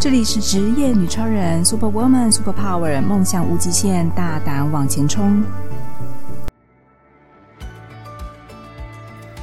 这里是职业女超人 Super Woman Super Power，梦想无极限，大胆往前冲。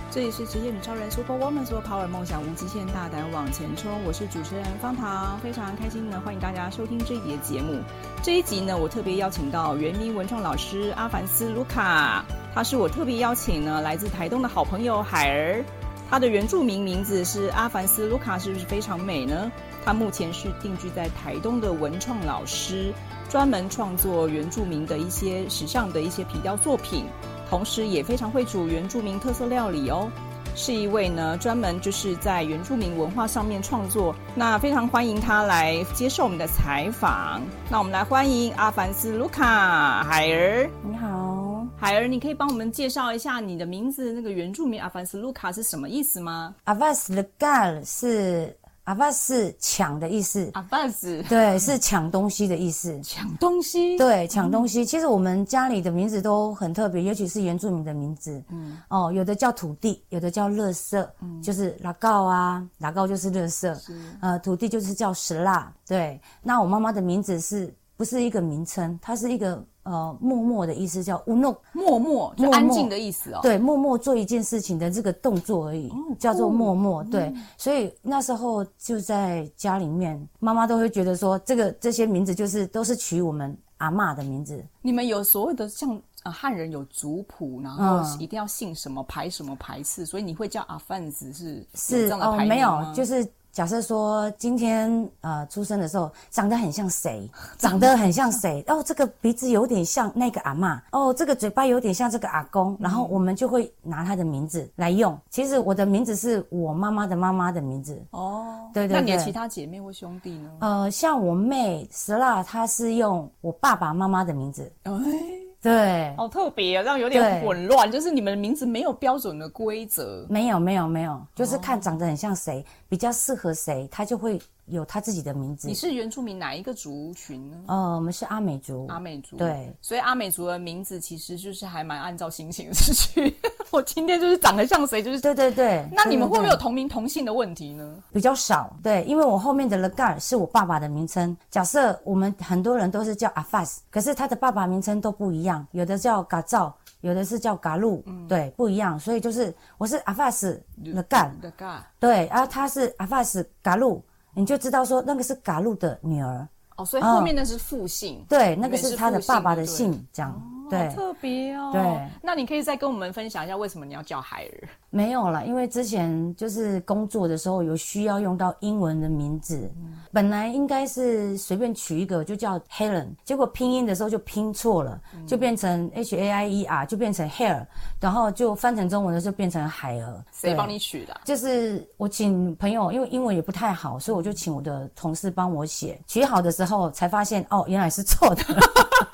这里是职业女超人 Super Woman Super Power，梦想无极限，大胆往前冲。我是主持人方糖，非常开心呢，欢迎大家收听这一集的节目。这一集呢，我特别邀请到原名文创老师阿凡斯卢卡，他是我特别邀请呢来自台东的好朋友海儿。他的原住民名字是阿凡斯卢卡，是不是非常美呢？他目前是定居在台东的文创老师，专门创作原住民的一些时尚的一些皮雕作品，同时也非常会煮原住民特色料理哦。是一位呢专门就是在原住民文化上面创作，那非常欢迎他来接受我们的采访。那我们来欢迎阿凡斯卢卡海儿，你好，海儿，你可以帮我们介绍一下你的名字那个原住民阿凡斯卢卡是什么意思吗？阿瓦斯的 gal 是阿瓦是抢的意思，阿凡斯对，是抢东西的意思。抢东西，对，抢东西。其实我们家里的名字都很特别，尤其是原住民的名字。嗯，哦，有的叫土地，有的叫乐色，嗯就是拉告啊，拉告就是乐色。呃，土地就是叫石蜡。对，那我妈妈的名字是不是一个名称？它是一个呃默默的意思，叫乌诺。默默就默默安静的意思哦。对，默默做一件事情的这个动作而已，叫做默默。对，嗯所以那时候就在家里面，妈妈都会觉得说，这个这些名字就是都是取我们阿嬷的名字。你们有所谓的像呃汉人有族谱，然后嗯一定要姓什么排什么排次，所以你会叫阿贩子是有是这样的哦排，名没有吗，就是假设说今天呃出生的时候长得很像 谁，长得很像谁，哦这个鼻子有点像那个阿嬷，哦这个嘴巴有点像这个阿公，然后嗯我们就会拿他的名字来用。其实我的名字是我妈妈的妈妈的名字。哦，对对那你的对其他姐妹或兄弟呢？呃，像我妹 s l 她是用我爸爸妈妈的名字，哎，对，好特别啊，这样有点对混乱，就是你们的名字没有标准的规则。没有没有没有，就是看长得很像谁，比较适合谁，她就会有她自己的名字你。是原住民哪一个族群呢？呃，我们是阿美族，阿美族对，所以阿美族的名字其实就是还蛮按照心情去。 我今天就是长得像谁，就是对对对。那你们会不会有对对同名同姓的问题呢？对比较少？对，因为我后面的 l e g a r 是我爸爸的名称。假设我们很多人都是叫阿 Fas，可是他的爸爸名称都不一样，有的叫嘎照，有的是叫嘎路，对，不一样。所以就是我是阿 Fas l e g a r 的嘎对，啊，她是阿法是嘎路，你就知道说那个是嘎路的女儿，哦，所以后面那是复姓，嗯对，那个你们是是她的复姓爸爸就的对姓，这样，对好，特别哦。对，那你可以再跟我们分享一下为什么你要叫海儿？没有了，因为之前就是工作的时候有需要用到英文的名字，嗯本来应该是随便取一个就叫 Helen，结果拼音的时候就拼错了，嗯就变成 H A I E R，就变成 hair，然后就翻成中文的时候变成海儿，谁对帮你取的啊、就是我请朋友，因为英文也不太好，所以我就请我的同事帮我写。取好的时候才发现，哦，原来是错的，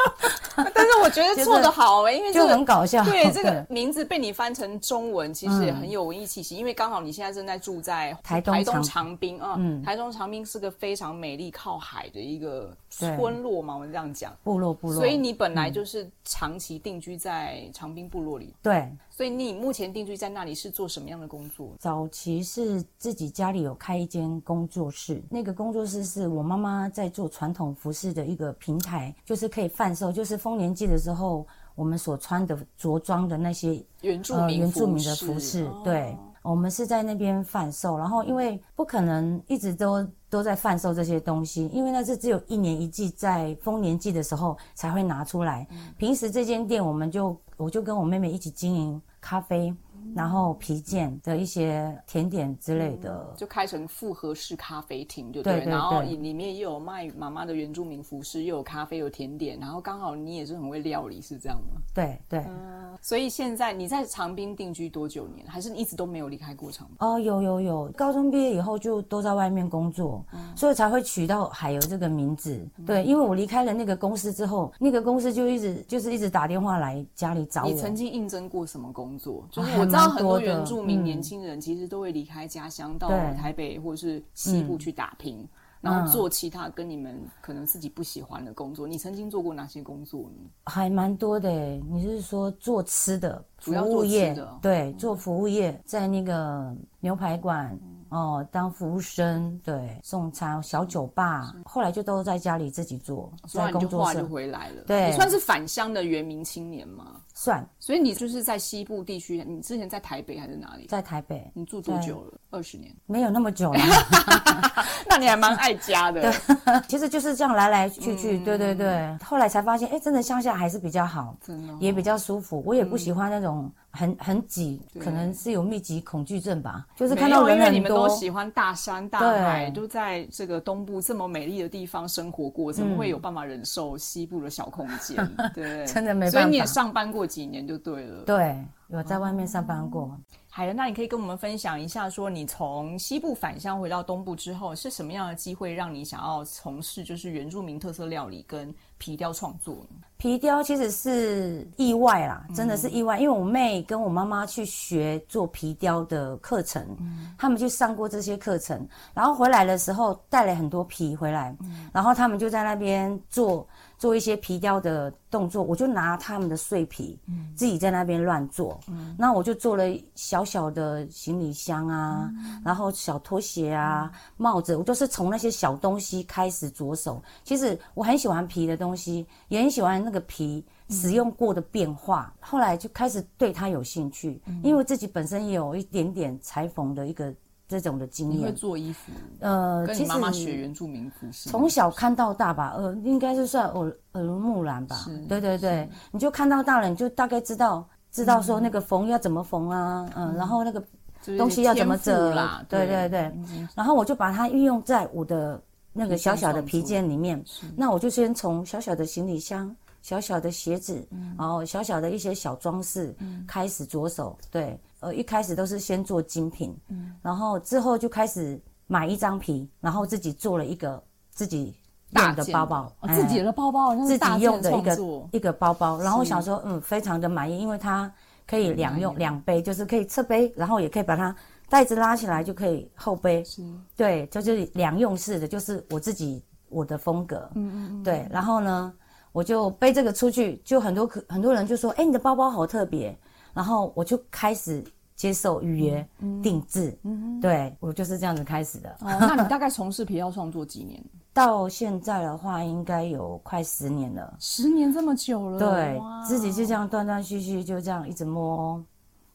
但是我觉得做的好哎、因为这就个很。搞笑。对这个名字被你翻成中文，其实也很有文艺气息，因为刚好你现在正在住在嗯台东台东长嗯长滨啊，台东长滨是个非常美丽靠海的一个对村落嘛，我们这样讲，部落部落，所以你本来就是长期定居在长滨部落里，对所以你目前定居在那里是做什么样的工作？早期是自己家里有开一间工作室，那个工作室是我妈妈在做传统服饰的一个平台，就是可以贩售，就是丰年祭的时候我们所穿的着装的那些原住呃民、原住民的服饰，哦对，我们是在那边贩售，然后因为不可能一直都都在贩售这些东西，因为那是只有一年一季，在丰年季的时候才会拿出来。平时这间店我们就我就跟我妹妹一起经营咖啡，然后皮件的一些甜点之类的，就开成复合式咖啡厅，对不对对？对然后对里面也有卖妈妈的原住民服饰，又有咖啡，有甜点，然后刚好你也是很会料理，是这样吗？对对。所以现在你在长滨定居多久年？还是你一直都没有离开过长滨？哦，有有有，高中毕业以后就都在外面工作，嗯所以才会取到海游这个名字。对，因为我离开了那个公司之后，那个公司就一直就是一直打电话来家里啊找我。你曾经应征过什么工作？就啊是还我知道蛮很多多的原住民嗯年轻人其实都会离开家乡到对嗯台北或是西部去打拼，然后做其他跟你们可能自己不喜欢的工作。你曾经做过哪些工作呢？还蛮多的耶。你是说做吃的、服主要做务吃业的哦，对，做服务业，在那个牛排馆。嗯哦，当服务生，对，送餐、小酒吧，后来就都在家里自己做，所以在你嗯工就后作来就室回来了，对你算是返乡的原民青年嘛。算，所以你就是在西部地区，你之前在台北还是哪里？在台北你住多对久了？二十年， 没有那么久了，那你还蛮爱家的。其实就是这样来来去去，嗯对对对。后来才发现，哎，真的乡下还是比较好，真的哦也比较舒服。我也不喜欢那种很很挤对，可能是有密集恐惧症吧，就是没看到有因人为你很们都多。喜欢大山大海，对都在这个东部这么美丽的地方生活过，怎么会有办法忍受西部的小空 间？对，嗯真的没所以办你也法上班过几年就对了。对，有在外面上班哦过。海伦，那你可以跟我们分享一下，说你从西部返乡回到东部之后，是什么样的机会让你想要从事就是原住民特色料理跟皮雕创作呢？皮雕其实是意外啦，嗯真的是意外，因为我妹跟我妈妈去学做皮雕的课程，嗯他们去上过这些课程，然后回来的时候带了很多皮回来，嗯然后他们就在那边做做一些皮雕的动作，我就拿他们的碎皮，嗯自己在那边乱做，那我就做了小小的行李箱啊，嗯然后小拖鞋啊、帽子，我都是从那些小东西开始着手。其实我很喜欢皮的东西，也很喜欢那个皮嗯使用过的变化。后来就开始对它有兴趣，嗯因为自己本身也有一点点裁缝的一个这种的经你会验。做衣服，呃，跟其你实妈妈学原住民服饰吗，从小看到大吧，呃，应该是算耳耳濡目染吧是。对对对，你就看到大人，你就大概知道知道说那个缝要怎么缝啊，嗯，然后那个，就是东西要怎么天赋啦折，对对对然后我就把它运用在我的那个小小的皮件里面。那我就先从小小的行李箱、小小的鞋子，嗯然后小小的一些小装饰开始着手。对，呃，一开始都是先做精品，嗯然后之后就开始买一张皮，然后自己做了一个自己大用的件包包，哦哎自己的包包，那是自大己件用的一创个作一个包包，然后我是想说，嗯，非常的满意，因为它可以两用两杯，就是可以侧背，然后也可以把它袋子拉起来就可以后背，是对，就是两用式的，就是我自己我的风格，嗯嗯嗯，对，然后呢，我就背这个出去，就很多客很多人就说，哎，你的包包好特别，然后我就开始接受预约、嗯定制，对我就是这样子开始的，哦，那你大概从事皮雕创作几年？到现在的话应该有快十年了。十年这么久了，对哇，自己就这样断断续续，就这样一直摸，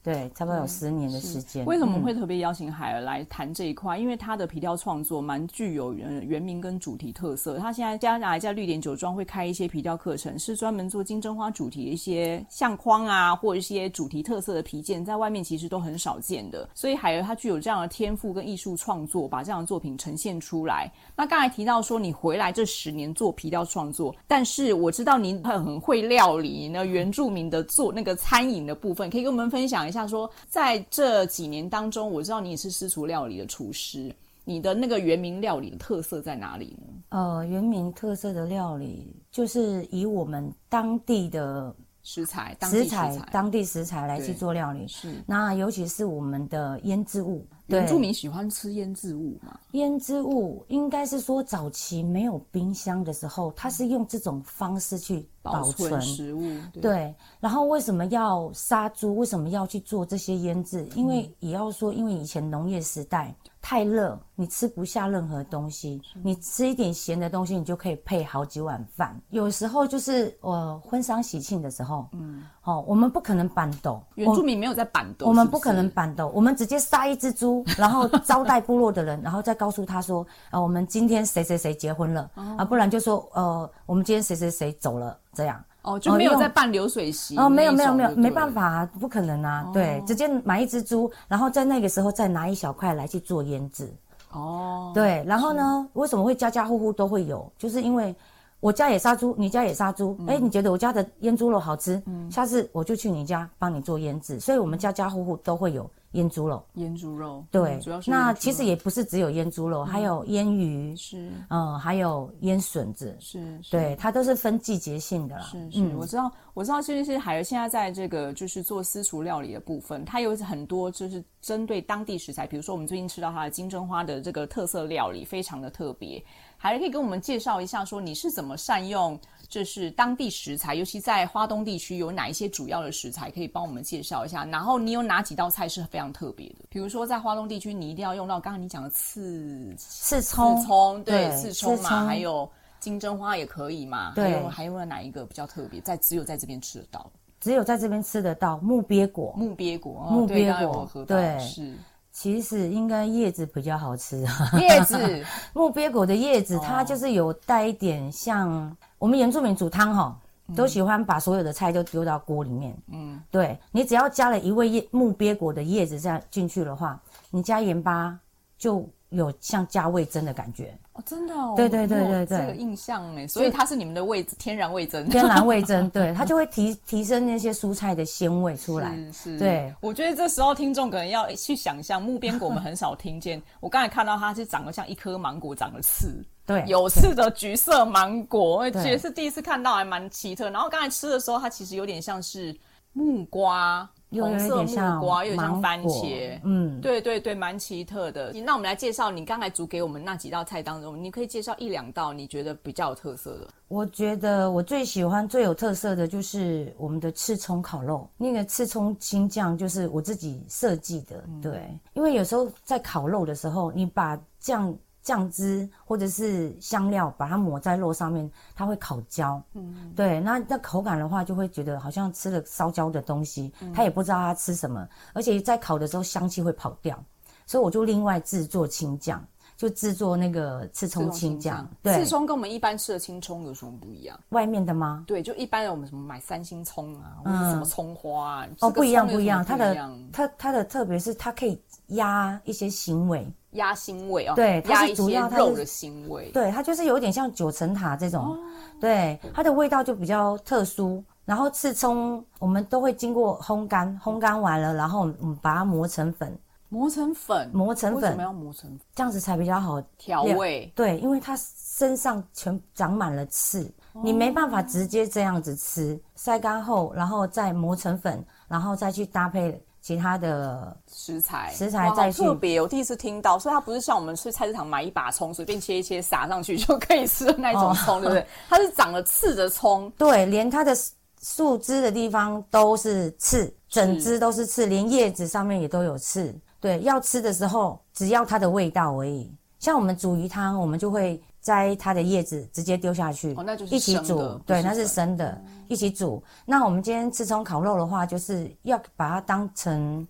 对，差不多有十年的时间。嗯为什么我们嗯会特别邀请海儿来谈这一块？因为他的皮雕创作蛮具有原原名跟主题特色。他现在加拿大在绿点酒庄会开一些皮雕课程，是专门做金针花主题的一些相框啊，或一些主题特色的皮件，在外面其实都很少见的。所以海儿他具有这样的天赋跟艺术创作，把这样的作品呈现出嗯来。那刚才提到说你回来这十年做皮雕创作，但是我知道你很很会料理那原住民的做那个餐饮的部分，可以跟我们分享一下说，在这几年当中，我知道你也是私厨料理的厨师，你的那个原名料理的特色在哪里呢？呃，原民特色的料理就是以我们当地的食材，当地食食材、当地食材来对去做料理。是那尤其是我们的腌制物，对原住民喜欢吃腌制物嘛？腌制物应该是说早期没有冰箱的时候，它是用这种方式去保存。存食物，对对，然后为什么要杀猪？为什么要去做这些腌制？因为也要说，因为以前农业时代太热，你吃不下任何东西，你吃一点咸的东西，你就可以配好几碗饭。有时候就是呃婚丧喜庆的时候，嗯，哦，我们不可能板斗，原住民没有在板豆，我们是不是可能板斗，我们直接杀一只猪，然后招待部落的人，然后再告诉他说，呃，我们今天谁谁谁结婚了、哦啊，不然就说呃，我们今天谁谁谁走了这样。哦，就哦没有用在办流水席哦，没有那一没有种没有，就没对办了哦法、啊，不可能啊！对，直接买一只猪，然后在那个时候再拿一小块来去做腌制。哦，对，然后呢，为什么会家家户户都会有？就是因为我家也杀猪，你家也杀猪，嗯哎、你觉得我家嗯的腌猪肉好吃，下次我就去你家帮你做腌制，所以我们家家户户都会有腌猪肉。腌猪肉，对嗯，主要是那腌猪其实肉也不是只有腌嗯猪肉，还有腌鱼，是嗯，还有腌笋子，是是对，它都是分季节性的啦。是是，我知道，我知道，其实是海儿现在在这个就是做私厨料理的部分，它有很多就是针对当地食材，比如说我们最近吃到它的金针花的这个特色料理，非常的特别。海儿可以跟我们介绍一下，说你是怎么善用就是当地食材，尤其在花东地区有哪一些主要的食材可以帮我们介绍一下？然后你有哪几道菜是非常特别的？比如说在花东地区，你一定要用到刚才你讲的刺刺刺葱，葱，对，哦对刺葱刺嘛，葱还有金针花也可以嘛，对还有还有哪一个比较特别，在只有在这边吃得到？只有在这边吃得到木鳖果，木鳖果，哦木对鳖刚才果我喝到对 是其实应该叶子比较好吃啊。叶子， 哦木鳖果的叶子，它就是有带一点像我们原住民煮汤哈，嗯都喜欢把所有的菜都丢到锅里面。嗯，对你只要加了一味叶木鳖果的叶子这样进去的话，你加盐巴就有像加味增的感觉，哦，真的哦，对对对我没有对对这个印象哎，所以它是你们的味天然味增，天然 味增，对它就会提提升那些蔬菜的鲜味出来。 是是，对，我觉得这时候听众可能要去想象木边果，我们很少听见。我刚才看到它是长得像一颗芒果长了刺，对，有刺的橘色芒果，我对也是第一次看到，还蛮奇特。然后刚才吃的时候，它其实有点像是木瓜，又红有一色点木像瓜，又有点像芒番果茄。嗯，对对对，蛮奇特的。那我们来介绍你刚才煮给我们那几道菜当中，你可以介绍一两道你觉得比较有特色的。我觉得我最喜欢、最有特色的就是我们的刺葱烤肉，那个刺葱青酱就是我自己设计的。对，因为有时候在烤肉的时候，你把酱酱汁或者是香料把它抹在肉上面，它会烤焦。嗯，对，那那口感的话，就会觉得好像吃了烧焦的东西，他也不知道他吃什么，而且在烤的时候香气会跑掉，所以我就另外制作青酱。就制作那个刺这葱种青酱酱，，对刺，葱跟我们一般吃的青葱有什么不一样？外面的吗？对，就一般的我们什么买三星葱啊，或者是什么葱花啊，嗯哦，这个不一样，葱有不一什么样，它的样它它的特别是它可以压一些行为，压腥味哦，对它压是一主些要它肉是的腥味，对，它就是有点像九层塔这种，哦对，它的味道就比较特殊。然后刺葱我们都会经过烘干，烘干完了，然后我们我们把它磨成粉，磨成粉，磨成为什粉么要磨成粉这样子才比较好。调味？对，因为它身上全长满了刺，你没办法直接这样子哦吃。晒干后，然后再磨成粉，然后再去搭配其他的食材，食材哇好再去特别，我第一次听到，所以它不是像我们去菜市场买一把葱随便切一切撒上去就可以吃的那种葱，对不对？哦 它是长了刺的葱，对，连它的树枝的地方都是刺，整枝都是刺，连叶子上面也都有刺。对，要吃的时候只要它的味道而已。像我们煮鱼汤，我们就会摘它的叶子直接丢下去，哦那就是一起生的煮不。对，是那是粉生的，一起煮。那我们今天吃葱烤肉的话，就是要把它当成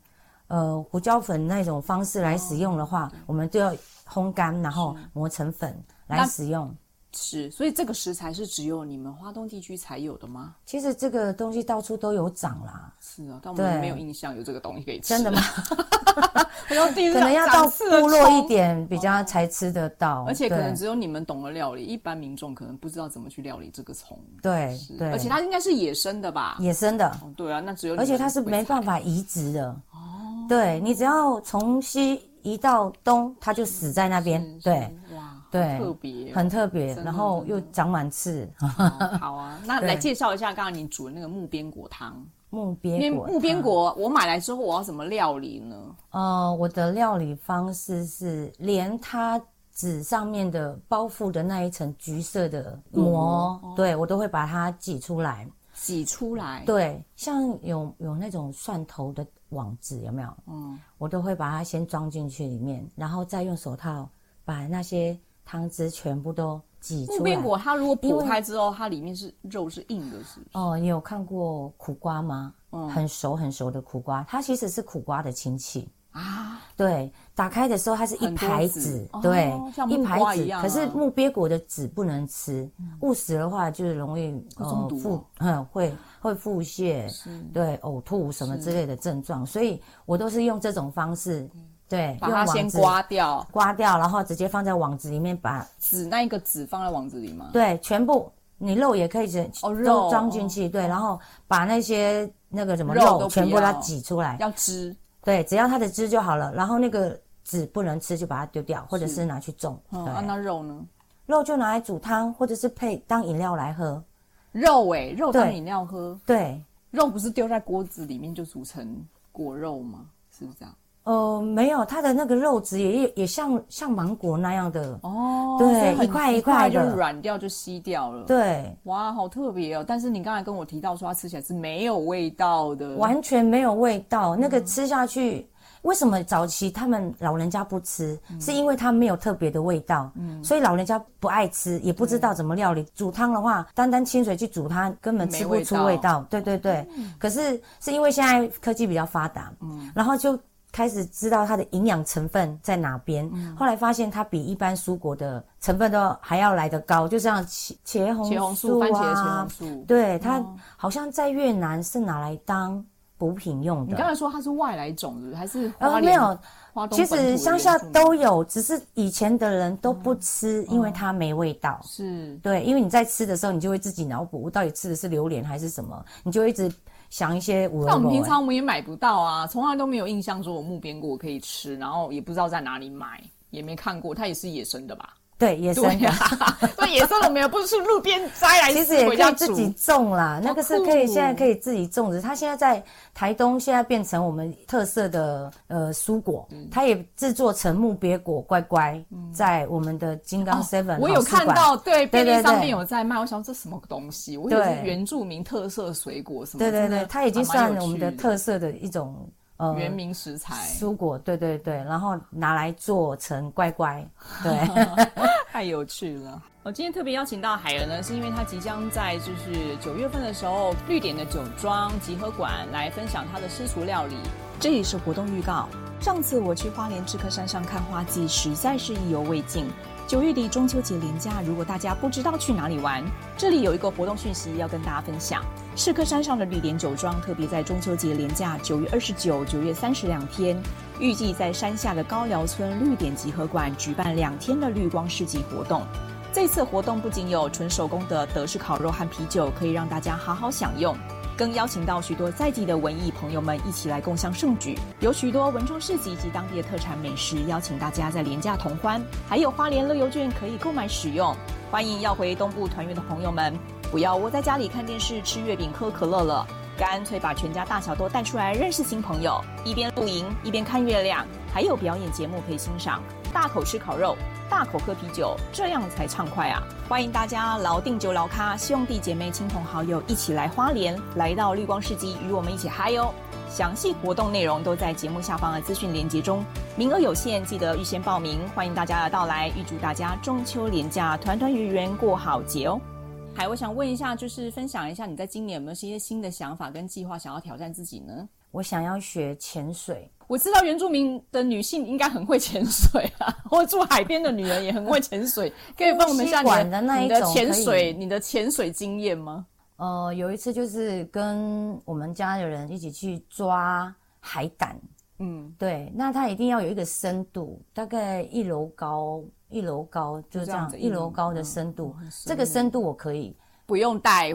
呃胡椒粉那种方式来使用的话，嗯我们都要烘干，然后磨成粉来那使用。是，所以这个食材是只有你们花东地区才有的吗？其实这个东西到处都有长啦，是啊，但我们对没有印象有这个东西可以吃，真的吗？？然后第一次可能要到长刺的部落一葱。点比较才吃得到，而且可能对只有你们懂得料理，一般民众可能不知道怎么去料理这个葱。对是对，而且它应该是野生的吧？野生的，哦对啊，那只有你而且它们是会没办法移植的。哦，对你只要从西移到东，它就死在那边是，对，是哇，好对特别哦，很特别，真的然后又长满刺，哦好啊，那对来介绍一下刚刚你煮的那个木边果汤。木因为鳖果。嗯木边果我买来之后，我要怎么料理呢？呃，我的料理方式是连它。纸上面的包覆的那一层橘色的膜，哦对我都会把它挤出来。挤出来，对，像有有那种蒜头的网子，有没有？嗯，我都会把它先装进去里面，然后再用手套把那些汤汁全部都挤木出来边。果它如果因剖为开之后，它里面是肉是硬的，是不是？嗯哦，你有看过苦瓜吗？很熟很熟的苦瓜，它其实是苦瓜的亲戚。啊，对，打开的时候它是一很多排籽籽，哦对，像一木排瓜一籽。样可是啊嗯木鳖果的籽不能吃，误食的话就是容易中毒哦腹，嗯，会会腹泻，对，呕吐什么之类的症状。所以我都是用这种方式，对，嗯把用它网先子刮掉，刮掉，然后直接放在网子里面把，籽那一个籽放在网子里吗？对，全部你肉也可以直哦肉都装进去，对，然后把那些那个什么肉都肉不全部它要挤出来，要汁，对，只要它的汁就好了。然后那个籽不能吃，就把它丢掉，或者是拿去种。哦，对啊那肉呢？肉就拿来煮汤，或者是配当饮料来喝。肉哎、肉当对饮料喝，对，肉不是丢在锅子里面就煮成果肉吗？是不是这样？呃，没有，它的那个肉质也也像像芒果那样的。哦，对所以很一块一一块就的软掉就吸掉了。，对，哇，好特别哦！但是你刚才跟我提到说它吃起来是没有味道的，嗯完全没有味道。那个吃下去，为什么早期他们老人家不吃？嗯是因为它没有特别的味道，所以老人家不爱吃，也不知道怎么料理。煮汤的话，单单清水去煮它，根本吃不出没味味道嗯道。对对对，可是是因为现在科技比较发达，然后就。开始知道它的营养成分在哪边，嗯后来发现它比一般蔬果的成分都还要来得高，就像茄茄红茄红素素、啊、番茄的茄红素。对，它哦好像在越南是拿来当补品用你刚的。才说它是外来种，是不是？还是花呃，莲？没有，花东其本土的实乡原下住民都有，只是以前的人都不吃，哦因为它没味道。是对，因为你在吃的时候，你就会自己脑补，我到底吃的是榴莲还是什么，你就会一直想一些五味那我们口平味常我们也买不到啊，从来都没有印象说我木边果可以吃，然后也不知道在哪里买，也没看过，它也是野生的吧？对野生 对啊的呀、，那野生的我们也不是路边摘来其吃，实也哎回可家以煮自己种啦，那个是可以酷哦现在可以自己种植。它现在在台东，现在变成我们特色的呃蔬果，嗯它也制作成木鳖果乖乖，在我们的金刚 Seven、哦我有看，到，对，便对利对商对店有在卖。我想这什么东西？我以为是对原住民特色水果什么。对对真的对，它已经还蛮算有我们的趣特色的一种呃原民食材，蔬果，对对对，然后拿来做成乖乖，对。太有趣了。我今天特别邀请到海恩呢，是因为他即将在就是九月份的时候，绿点的酒庄集合馆来分享他的私厨料理。这里是活动预告。上次我去花莲赤科山上看花季，实在是意犹未尽。九月底中秋节连假，如果大家不知道去哪里玩，这里有一个活动讯息要跟大家分享。赤科山上的绿点酒庄特别在中秋节连假九月二十九、九月三十两天，预计在山下的高寮村绿点集合馆举办两天的绿光市集活动。这次活动不仅有纯手工的德式烤肉和啤酒可以让大家好好享用，更邀请到许多在地的文艺朋友们一起来共襄盛举，有许多文创市集及当地的特产美食，邀请大家在廉价同欢，还有花莲乐游券可以购买使用。欢迎要回东部团圆的朋友们，不要窝在家里看电视、吃月饼、喝可乐了，干脆把全家大小都带出来认识新朋友，一边露营一边看月亮，还有表演节目可以欣赏。大口吃烤肉，大口喝啤酒，这样才畅快啊！欢迎大家牢定酒牢咖，兄弟姐妹、亲朋好友一起来花莲，来到绿光市集与我们一起嗨哦！详细活动内容都在节目下方的资讯连接中，名额有限，记得预先报名。欢迎大家的到来，预祝大家中秋连假团团圆圆过好节哦！海，我想问一下，就是分享一下你在今年有没有一些新的想法跟计划，想要挑战自己呢？我想要学潜水，我知道原住民的女性应该很会潜水啊， 或住海边的女人也很会潜 水，可以帮我们一下你呼吸的管的那一你的种潜可水以你的潜水经验吗？呃，有一次就是跟我们家的人一起去抓海胆，嗯，对，那它一定要有一个深度，大概一楼高，一楼高就这是这样样子，一一楼楼嗯高的深度，很深这个深度我可以，不用带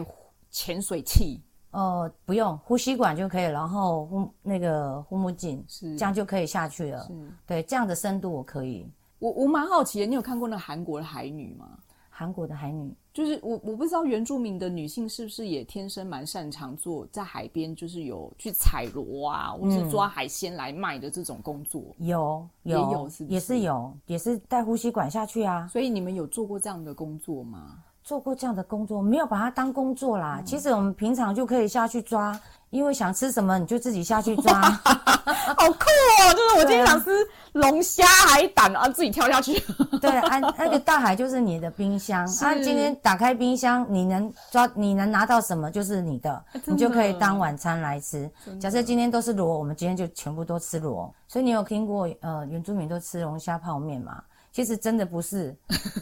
潜水器，呃，不用呼吸管就可以，然后呼那个护目镜，是这样就可以下去了。嗯，对，这样的深度我可以。我我蛮好奇的，你有看过那韩国的海女吗？韩国的海女，就是我我不知道原住民的女性是不是也天生蛮擅长做在海边，就是有去采螺啊，或嗯是抓海鲜来卖的这种工作。有也有有是不也是是有，也是带呼吸管下去啊。所以你们有做过这样的工作吗？做过这样的工作，没有把它当工作啦。嗯其实我们平常就可以下去抓，因为想吃什么你就自己下 去抓。好酷哦！就是我今天对啊想吃龙虾海胆啊，自己跳下去。对，啊， 那个大海就是你的冰箱。啊，今天打开冰箱，你能抓，你能拿到什么就是你的，啊真的你就可以当晚餐来吃。假设今天都是螺，我们今天就全部都吃螺。所以你有听过呃原住民都吃龙虾泡面吗？其实真的不是，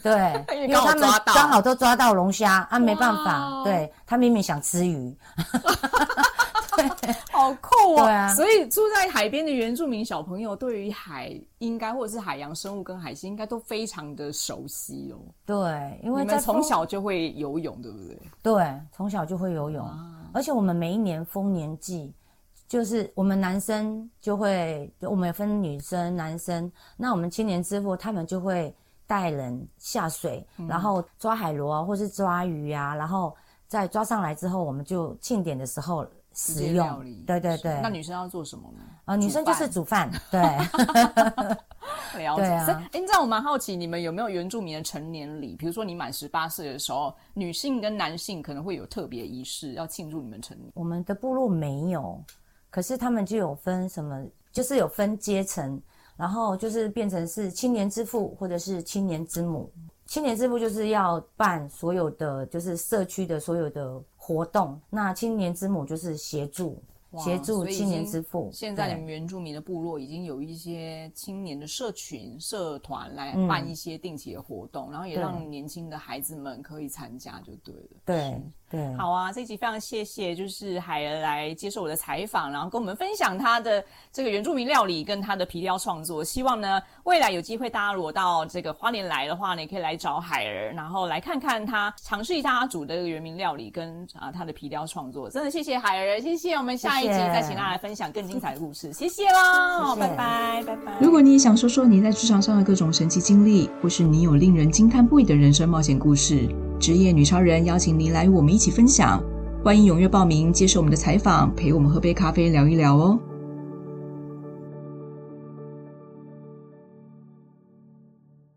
对 因为，因为刚好他们抓到刚好都抓到龙虾啊，没办哇法，哦对他明明想吃鱼，好酷哦！对啊所以住在海边的原住民小朋友，对于海应该或者是海洋生物跟海鲜，应该都非常的熟悉哦。对，因为你在们从丰小就会游泳，对不对？对，从小就会游泳，而且我们每一年丰年祭就是我们男生就会，我们有分女生、男生。那我们青年之父他们就会带人下水，嗯然后抓海螺啊，或是抓鱼啊，然后再抓上来之后，我们就庆典的时候直食接料用理。对对是对，那女生要做什么呢？啊，女生就是煮 煮饭，对，饭了解。对啊所以哎，你知道我蛮好奇，你们有没有原住民的成年礼？比如说你满十八岁的时候，女性跟男性可能会有特别仪式，要庆祝你们成年。我们的部落没有，可是他们就有分什么，就是有分阶层，然后就是变成是青年之父或者是青年之母。青年之父就是要办所有的就是社区的所有的活动，那青年之母就是协助哇协助所以已青年经之父。现在对你们原住民的部落已经有一些青年的社群社团来嗯办一些定期的活动，然后也对让年轻的孩子们可以参加，就对了。对对，好啊，这一集非常谢谢， 就是海儿来接受我的采访，然后跟我们分享他的这个原住民料理跟他的皮雕创作。希望呢，未来有机会大家如果到这个花莲来的话呢，也可以来找海儿，然后来看看他，尝试一下他煮的这个原民料理跟啊他的皮雕创作。真的谢谢海儿，谢谢，我们下一集谢谢再请他来分享更精彩的故事，谢谢喽，谢谢拜拜，拜拜。如果你也想说说你在职场上的各种神奇经历，或是你有令人惊叹不已的人生冒险故事，职业女超人邀请您来与我们一起分享。欢迎踊跃报名，接受我们的采访，陪我们喝杯咖啡聊一聊哦。